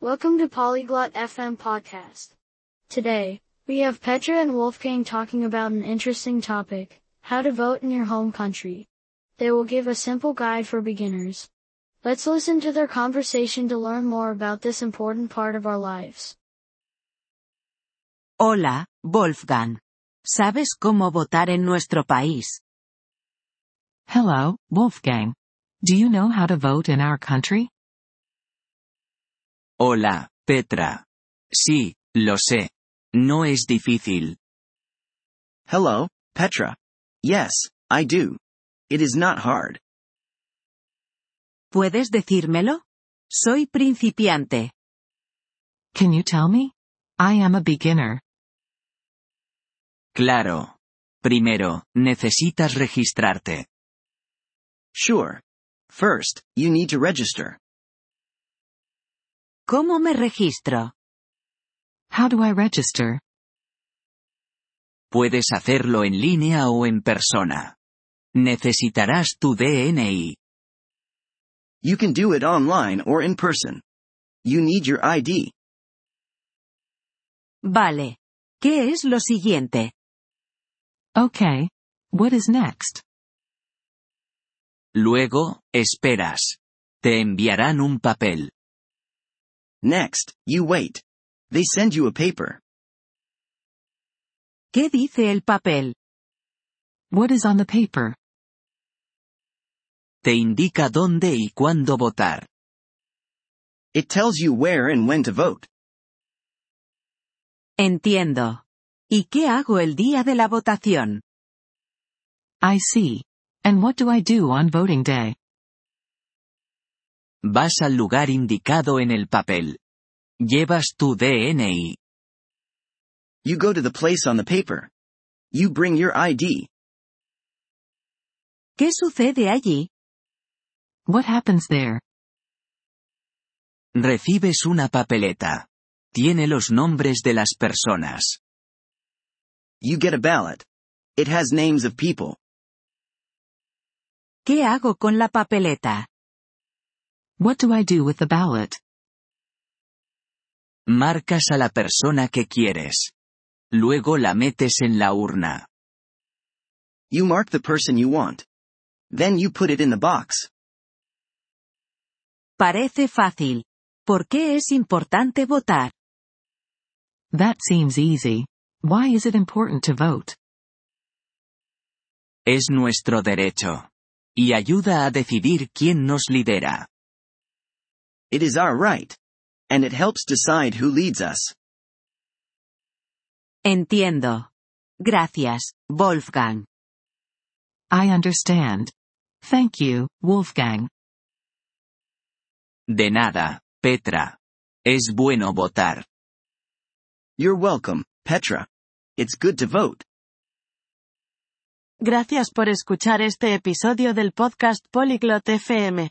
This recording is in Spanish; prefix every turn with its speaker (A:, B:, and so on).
A: Welcome to Polyglot FM podcast. Today, we have Petra and Wolfgang talking about an interesting topic, how to vote in your home country. They will give a simple guide for beginners. Let's listen to their conversation to learn more about this important part of our lives.
B: Hola, Wolfgang. ¿Sabes cómo votar en nuestro país?
C: Hello, Wolfgang. Do you know how to vote in our country?
D: Hola, Petra. Sí, lo sé. No es difícil.
E: Hello, Petra. Yes, I do. It is not hard.
B: ¿Puedes decírmelo? Soy principiante.
C: Can you tell me? I am a beginner.
D: Claro. Primero, necesitas registrarte.
E: Sure. First, you need to register.
B: ¿Cómo me registro?
C: How do I register?
D: Puedes hacerlo en línea o en persona. Necesitarás tu DNI.
E: You can do it online or in person. You need your ID.
B: Vale. ¿Qué es lo siguiente?
C: Okay. What is next?
D: Luego, esperas. Te enviarán un papel.
E: Next, you wait. They send you a paper.
B: ¿Qué dice el papel?
C: What is on the paper?
D: Te indica dónde y cuándo votar.
E: It tells you where and when to vote.
B: Entiendo. ¿Y qué hago el día de la votación?
C: I see. And what do I do on voting day?
D: Vas al lugar indicado en el papel. Llevas tu DNI.
E: You go to the place on the paper. You bring your ID.
B: ¿Qué sucede allí?
C: What happens there?
D: Recibes una papeleta. Tiene los nombres de las personas.
E: You get a ballot. It has names of people.
B: ¿Qué hago con la papeleta?
C: What do I do with the ballot?
D: Marcas a la persona que quieres. Luego la metes en la urna.
E: You mark the person you want. Then you put it in the box.
B: Parece fácil. ¿Por qué es importante votar?
C: That seems easy. Why is it important to vote?
D: Es nuestro derecho. Y ayuda a decidir quién nos lidera.
E: It is our right. And it helps decide who leads us.
B: Entiendo. Gracias, Wolfgang.
C: I understand. Thank you, Wolfgang.
D: De nada, Petra. Es bueno votar.
E: You're welcome, Petra. It's good to vote.
F: Gracias por escuchar este episodio del podcast Polyglot FM.